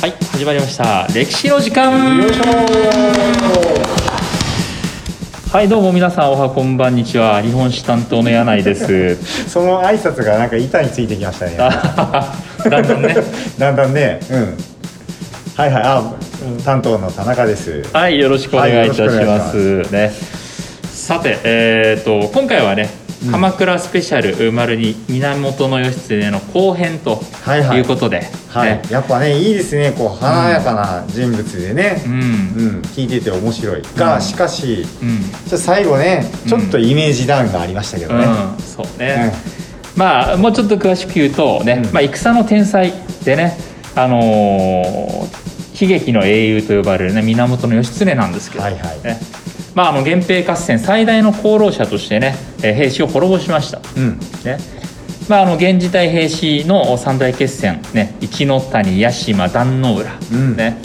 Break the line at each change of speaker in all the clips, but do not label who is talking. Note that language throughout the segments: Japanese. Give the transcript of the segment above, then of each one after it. はい、始まりました。歴史の時間。はい、どうも皆さん、おはこんばんにちは。日本史担当の柳井 です。
その挨拶がなんか板についてきましたね
あだんだんね。
だんだんねうんはいはいあ担当の田中です
はい、よろしくお願いいたし
はいよ
ま
ろしく
す。ね。さて、えっ、と、今回はね。鎌倉スペシャル丸に源義経の後編と
はいはい
いうことで、
はい、
ね
やっぱねいいですねこう華やかな人物でね
う、ん
うん聞いてて面白いが、
うん
しかし
うん
ちょ最後ねちょっとイメージダウンがありましたけどね、
うん、そうね、まあもうちょっと詳しく言うとね、
うん
まあ、戦の天才でね、あのー悲劇の英雄と呼ばれる、ね、源義経なんですけど、
はいはい
ねまあ、あの源平合戦最大の功労者としてねえー兵士を滅ぼしました。
うん
ねまあ、あの源氏対平氏の三大決戦、ね、一ノ谷屋島壇ノ浦、
うん
ね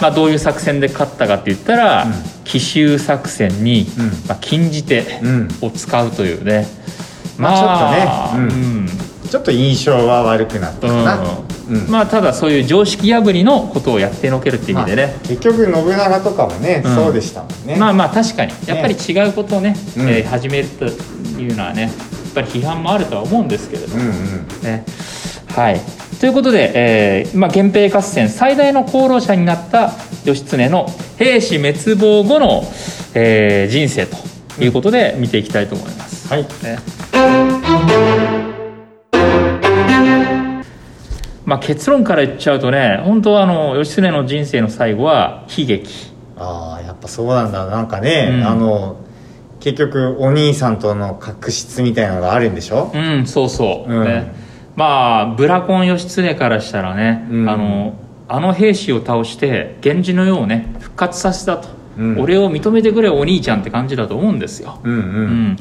まあ、どういう作戦で勝ったかって言ったら、
うん
奇襲作戦に、
うん
まあ、禁じ手
うん
を使うというね、
まあちょっとねちょっと印象は悪くなった
うん
かな、
うんまあただそういう常識破りのことをやってのけるっていう意味でね、
まあ結局信長とかもね、
うん
そうでしたもんね、
まあまあ確かにやっぱり違うことをね
うん
えー始めるというのはねやっぱり批判もあるとは思うんですけれども
うんうん
ね。はい、ということで、えーまあ、源平合戦最大の功労者になった義経の兵士滅亡後の、えー人生ということで見ていきたいと思います。
はい
ねまあ、結論から言っちゃうとね本当はあの義経の人生の最後は悲劇
ああやっぱそうなんだなんかね、
うん
あの結局お兄さんとの確執みたいなのがあるんでしょ、
うんそうそう、
うん
ねまあブラコン義経からしたらね、
うん
あのあの兵士を倒して源氏の世をね復活させたと、
うん
俺を認めてくれお兄ちゃんって感じだと思うんですよ、
うん、うん
うん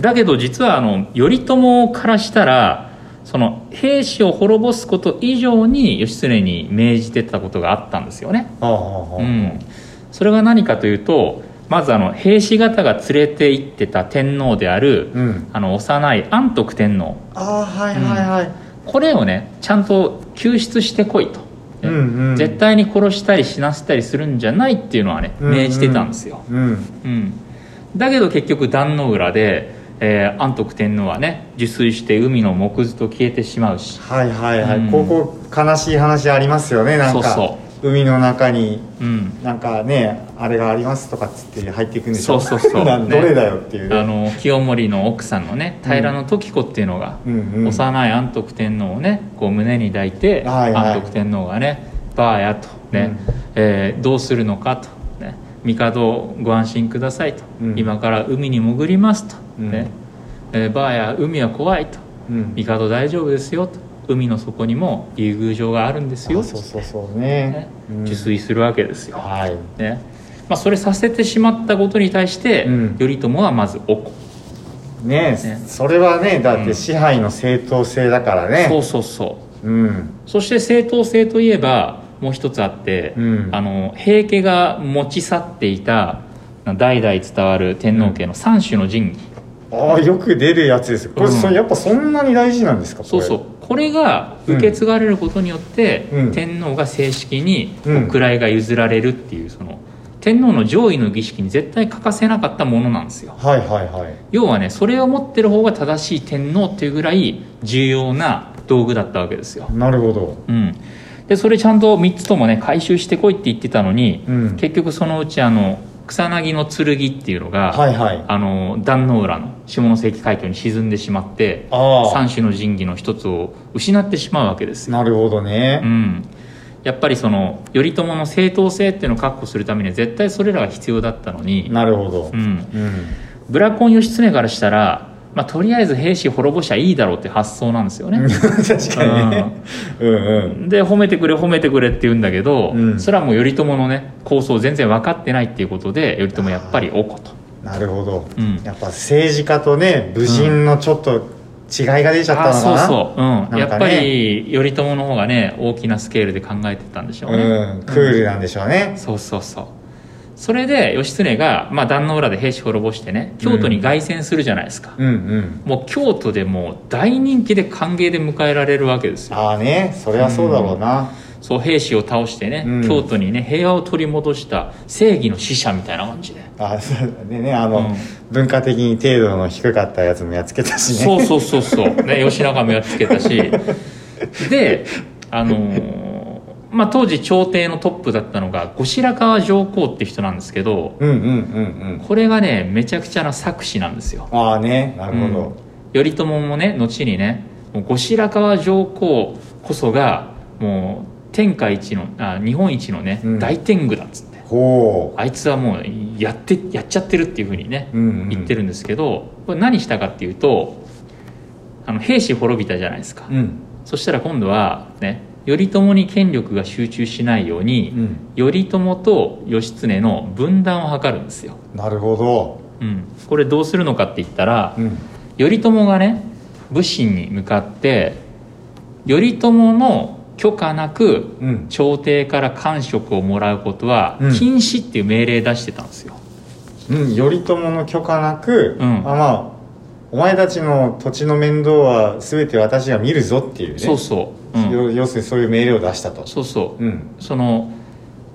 だけど実はあの頼朝からしたらその兵士を滅ぼすこと以上に義経に命じてたことがあったんですよね、
はあはあは
う
あ
ん、それが何かというとまずあの兵士方が連れて行ってた天皇である、
うん
あの幼い安徳天皇
ああはいはいはい、
これをねちゃんと救出してこいと、ね
うんうん
絶対に殺したり死なせたりするんじゃないっていうのはね
うんうん
命じてたんですよ、
うん
うんだけど結局壇ノ浦で、えー安徳天皇はね受水して海の木図と消えてしまうし、
はいはいはい、
うん
ここ悲しい話ありますよねなんか
そう
海の中に
うん、
なんかねあれがありますとかっつって入っていくんでしょ
そうそうそう
なん
ね
どれだよっていうね
あの清盛の奥さんのね平の時子っていうのが、
うんうん
幼い安徳天皇をねこう胸に抱いて、
はいはい
安徳天皇がね「バーや」とね、
うん
えーどうするのか」と、ね「帝をご安心ください」と、
うん
今から海に潜ります」と、
うん
ねえーバーや海は怖い」と
うん
「帝大丈夫ですよ」と「海の底にも竜宮城があるんですよ」
あそうそうそう
ね
ねうん
受水するわけですよ。
はい
ねまあ、それさせてしまったことに対して、
うん
頼朝はまず怒る
ね
ね
それはねだっ
うん
て支配の正当性だからね、
そうそうそう
うん
そして正当性といえばもう一つあって、
うん
あの平家が持ち去っていた代々伝わる天皇家の三種の神器、
ああよく出るやつですこれ、
うん
そやっぱそんなに大事なんですかこ
そ
れ
うそうこれが受け継がれることによって、
うん
天皇が正式に
うん
位が譲られるっていうその天皇の上位の儀式に絶対欠かせなかったものなんですよ
はいはいはい
要はねそれを持ってる方が正しい天皇っていうぐらい重要な道具だったわけですよ
なるほど
うん、でそれちゃんと3つともね回収してこいって言ってたのに、
うん
結局そのうちあの草薙の剣っていうのが、
はいはい
あの壇ノ浦の下関海峡に沈んでしまって
あ
三種の神器の一つを失ってしまうわけです
あ
よ、
なるほど
う
ね、
ん、やっぱりその頼朝の正当性っていうのを確保するためには絶対それらが必要だったのに、
なるほど
うん、
うん
ブラコン義経からしたら、まあ、とりあえず兵士滅ぼしゃいいだろうって発想なんですよね、
確かにねうんうん
で褒めてくれ褒めてくれって言うんだけど、
うん
それはもう頼朝のね構想を全然分かってないっていうことで頼朝やっぱりおこと
なるほど、
うん
やっぱ政治家とね武人のちょっと違いが出ちゃった
あ
のか
そう
な
そう、うん
んかね
やっぱり頼朝の方がね大きなスケールで考えてたんでしょうね、
ん、クールなんでしょうね、
そうそうそうそれで義経が、まあ、壇ノ浦で兵士滅ぼしてね京都に凱旋するじゃないですか、
うん、うん
もう京都でもう大人気で歓迎で迎えられるわけですよ
ああねそれはそうだろうな、
そう兵士を倒してね、
うん
京都にね平和を取り戻した正義の使者みたいな感じで、
あそうでねあの、
うん
文化的に程度の低かったやつもやっつけたしね
そうそうそうそうね吉永もやっつけたしであのーまあ当時朝廷のトップだったのが後白河上皇って人なんですけど
うんうんうんうん
これがねめちゃくちゃな策士なんですよ
ああねなるほ
う
ど
ん、頼朝もね後にねもう後白河上皇こそがもう天下一のあ日本一のね、
うん
大天狗だっつって
ほ
あいつはもうやってやっちゃってるっていうふうにね
う、うんうん、
言ってるんですけど、これ何したかっていうとあの兵士滅びたじゃないですか、
うん
そしたら今度はね頼朝に権力が集中しないよう
う
に、
ん
頼朝と義経の分断を図るんですよ、
なるほど
うん、これどうするのかって言ったら、
うん
頼朝がね武神に向かって頼朝の許可なく
うん
朝廷から官職をもらうことは
うん
禁止っていう命令出してたんですよ、
うん、頼朝の許可なく、
うん
あまあお前たちの土地の面倒は全て私が見るぞっていうね
そうそう、うん
よ要するにそういう命令を出したと
そうそう
うん
その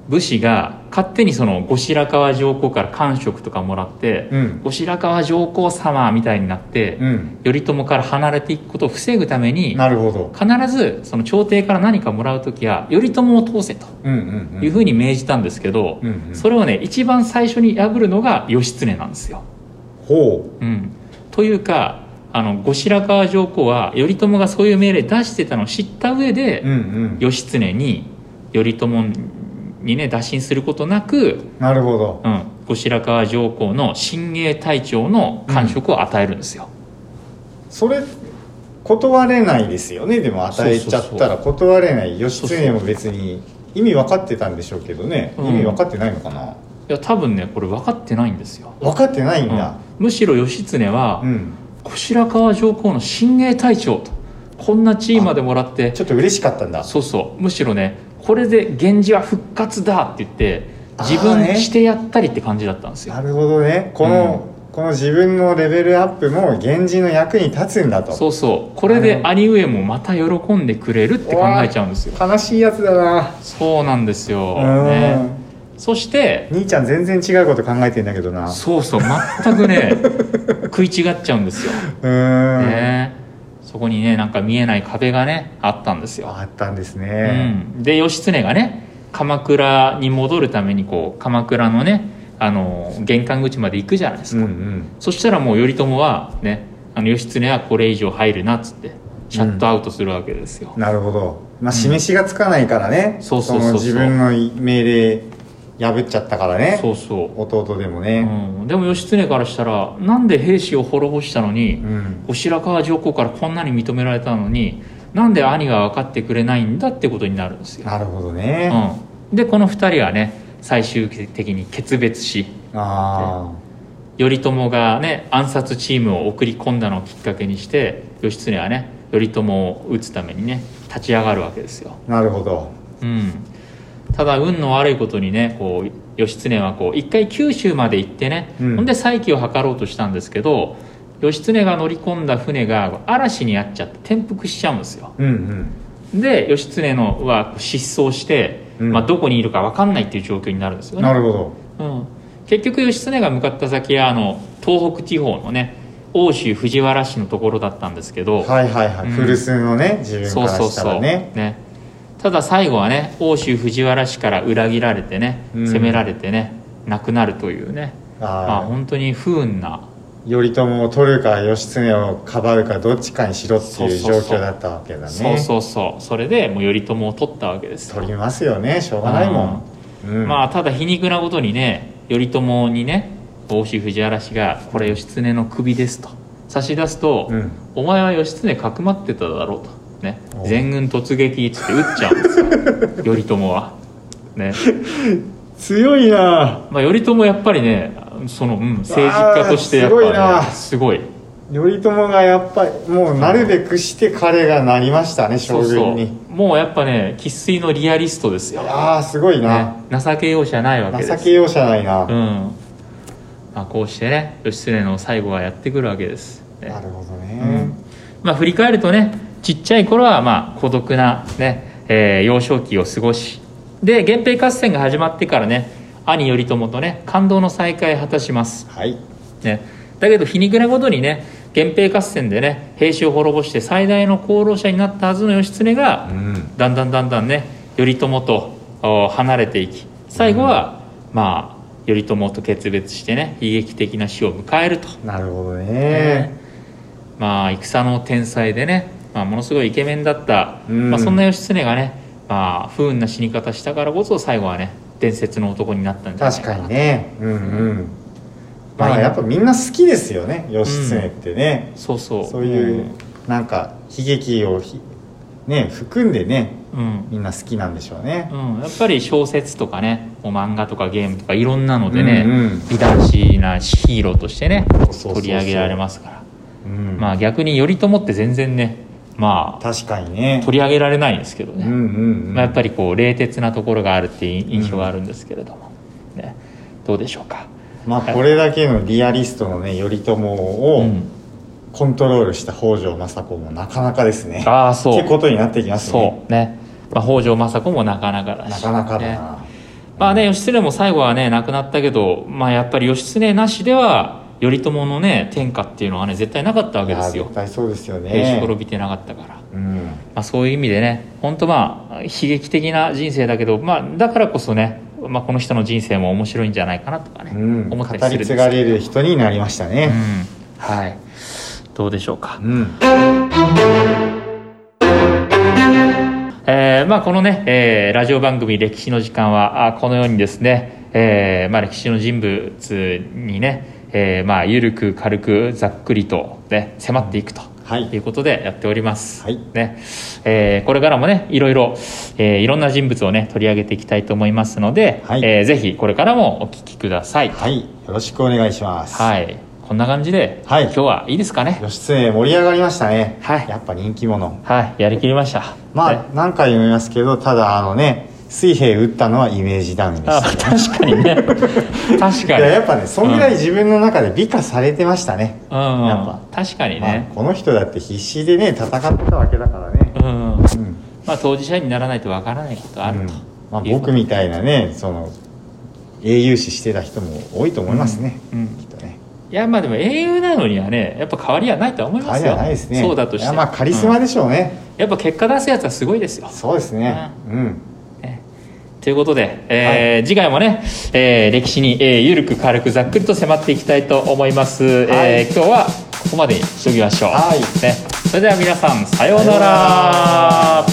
武士が勝手にその後白河上皇から官職とかもらって、
うん
後白河上皇様みたいになって、
うん
頼朝から離れていくことを防ぐために
なるほど
必ずその朝廷から何かもらう時は頼朝を通せと
うんうんうん
いうふうに命じたんですけど、
うんうん
それをね一番最初に破るのが義経なんですよ。
ほ
うん、というかあの後白河上皇は頼朝がそういう命令出してたのを知った上で、
ううんうん
義経に頼朝にね打診することなく、
なるほど
うん、後白河上皇の親衛隊長の官職を与えるんですよ。
それ断れないですよねでも与えちゃったら断れない義経も別に意味分かってたんでしょうけどね、
うん
意味分かってないのかない
や多分ねこれ分かってないんですよ。
分かってないん
うん
だ、
むしろ義経は、
うん
後白河上皇の親衛隊長とこんな地位までもらって
ちょっと嬉しかったんだ
そうそうむしろねこれで源氏は復活だって言って自
あー
分
ね
してやったりって感じだったんですよ、
なるほどねこの、この自分のレベルアップも源氏の役に立つんだと
そうそうこれで兄上もまた喜んでくれるって考えちゃうんですよ
悲しいやつだな
そうなんですよ、
うん、
ね、そして
兄ちゃん全然違うこと考えてんだけどな
そうそう全く ね食い違っちゃうんですよ、
うーん、
ねそこにねなんか見えない壁がねあったんですよ
あったんです
う
ね、
ん、で義経がね鎌倉に戻るためにこう鎌倉のねあの玄関口まで行くじゃないです
う
か、
んうん
そしたらもう頼朝はねあの義経はこれ以上入るなっつってシャットアウトするわけですよ、
なるほどまあ示しがつかないからね、
そうそうそうそう
の自分の命令破っちゃったからね
そうそ
弟でも
う、う
ね
ん、でも義経からしたらなんで兵士を滅ぼしたのに、
うん、
後白河上皇からこんなに認められたのになんで兄が分かってくれないんだってことになるんですよ、
なるほどね、
うん、でこの2人はね最終的に決別し
あ
頼朝がね暗殺チームを送り込んだのをきっかけにして義経はね頼朝を討つためにね立ち上がるわけですよ、
あなるほど
うん、ただ運の悪いことにねこう義経はこう一回九州まで行ってね、
うん
ほんで再起を図ろうとしたんですけど義経が乗り込んだ船が嵐にあっちゃって転覆しちゃうんですよ
うんうん
で義経のは失踪して、
うん
まあ、どこにいるか分かんないっていう状況になるんですよね
なるほど
うん、結局義経が向かった先はあの東北地方のね奥州藤原氏のところだったんですけど、
はいはいはい、
うん
古巣のね自分
そ
か
う
ら
そう
した
そう
らね
ねただ最後はね奥州藤原氏から裏切られてね
うん
攻められてね、亡くなるというねまあ
ああ
本当に不運な
頼朝を取るか義経をかばうかどっちかにしろっていう
そうそう
状
そう
況だったわけだね
そうそうそうそれでもう頼朝を取ったわけですよ
取りますよねしょうがないもん、うん
まあただ皮肉なことにね頼朝にね奥州藤原氏が「これ義経の首です」と差し出すと、
うん
お前は義経かくまってただろうと」ね「
お
全軍突撃」っつって撃っちゃうんですよ 頼朝は。ね
強いな
まあ、頼朝やっぱりねその、うん、政治家としてやっぱ、ね、
うわー
すごい
頼朝がやっぱりもうなるべくして彼がなりましたね
そ
将
うそ
軍
う
に
もうやっぱね生粋のリアリストですよ、
ああすごい
ね
な、、
情け容赦ないわけです
情け容赦ないな、
うんまあ、こうしてね義経の最後はやってくるわけです、ね
なるほど
う
ね
んまあ、振り返るとねちっちゃい頃はまあ孤独な、ねえー幼少期を過ごしで源平合戦が始まってからね兄頼朝とね感動の再会を果たします
はい
ね、だけど日に暮れごとにね源平合戦でね兵士を滅ぼして最大の功労者になったはずの義経が、
うん
だんだんだんだんね頼朝とお離れていき最後は、まあ頼朝と決別してね悲劇的な死を迎えると、
なるほどね
まあ戦の天才でね、まあ、ものすごいイケメンだった、
うん
まあ、そんな義経がね、まあ、不運な死に方したからこそ最後はね伝説の男になったんじゃない
確
か
か
な
にねうんうんま
ま
あ
あ
やっぱみんな好きですよね義経ってね、
そうそう
そういうなんか悲劇をひね含んでね
うん、
みんな好きなんでしょうね、
うん、やっぱり小説とかねもう漫画とかゲームとかいろんなのでね、
うんうん
美男子なヒーローとしてね
うそうそうそう
取り上げられますから、
うん
まあ逆に頼朝って全然ねま
確かにね
あ取り上げられないんですけどね、
うんうんうん
まあ、やっぱりこう冷徹なところがあるっていう印象があるんですけれども、ね、どうでしょうか、
まあこれだけのリアリストのね頼朝を
うん
コントロールした北条政子もなかなかですね
ああそ
ってこ
う
とになってきますね
そうね、まあ、北条政子もなかなかだ
な
し
かなかだ
ね
な、
まあね、義経も最後はね、亡くなったけど、まあやっぱり義経なしでは、頼朝のね、天下っていうのはね、絶対なかったわ
い
けで
や
すよ
絶。対そうですよね
平死滅びてなかったから。ま
うん
あそういう意味でね、本当まあ、悲劇的な人生だけど、まあだからこそね、まあこの人の人生も面白いんじゃないかなとかね、
うん、
思
語
ったりするん
り
です
継
け
が
ど。
れる人になりました
う
ね、
ん。はい。どうでしょうか
う。ん、
えーまあ、このね、えーラジオ番組「歴史の時間は」あこのようにですね、えーまあ、歴史の人物にね、えーまあ、緩く軽くざっくりと、ね、迫っていくと。
はい
いうことでやっております、
はい
ねえーこれからもねいろいろ、えーいろんな人物をね取り上げていきたいと思いますので、
はい
えーぜひこれからもお聞きください、
はいよろしくお願いします
はい、こんな感じで、
はい
今日はいいですかね、
義経盛り上がりましたね、
はい
やっぱ人気者
はい、やりきりました
ま
ね
あ何回も言いますけどただあのね水平打ったのはイメージダウンで
あ
した
確か にね確
い
か
や
に
やっぱねそんぐらい自分の中で美化されてましたね、
うん、
やっぱ
確かに
まあ
ね、
この人だって必死でね戦ってたわけだからね、
うん
うん
まあ当事者にならないとわからないことあると、
うんまあ、僕みたいなねその英雄視してた人も多いと思いますね、
うんうん
きっとね
いやまあでも英雄なのにはねやっぱ変わりはないとは思いま
あ
す
れ
よ
はないですね
そうだとし
い
て
や
も
まあカリスマ
うん
でしょうね、
やっぱ結果出すやつはすごいですよ
そうですねうん
ねということで、えー次回もね、えー歴史に、えー、ゆるく軽くざっくりと迫っていきたいと思います、
はい
えー今日はここまでにしときましょう、
はい
ね、それでは皆さんさよう
さよ
な
うな
ら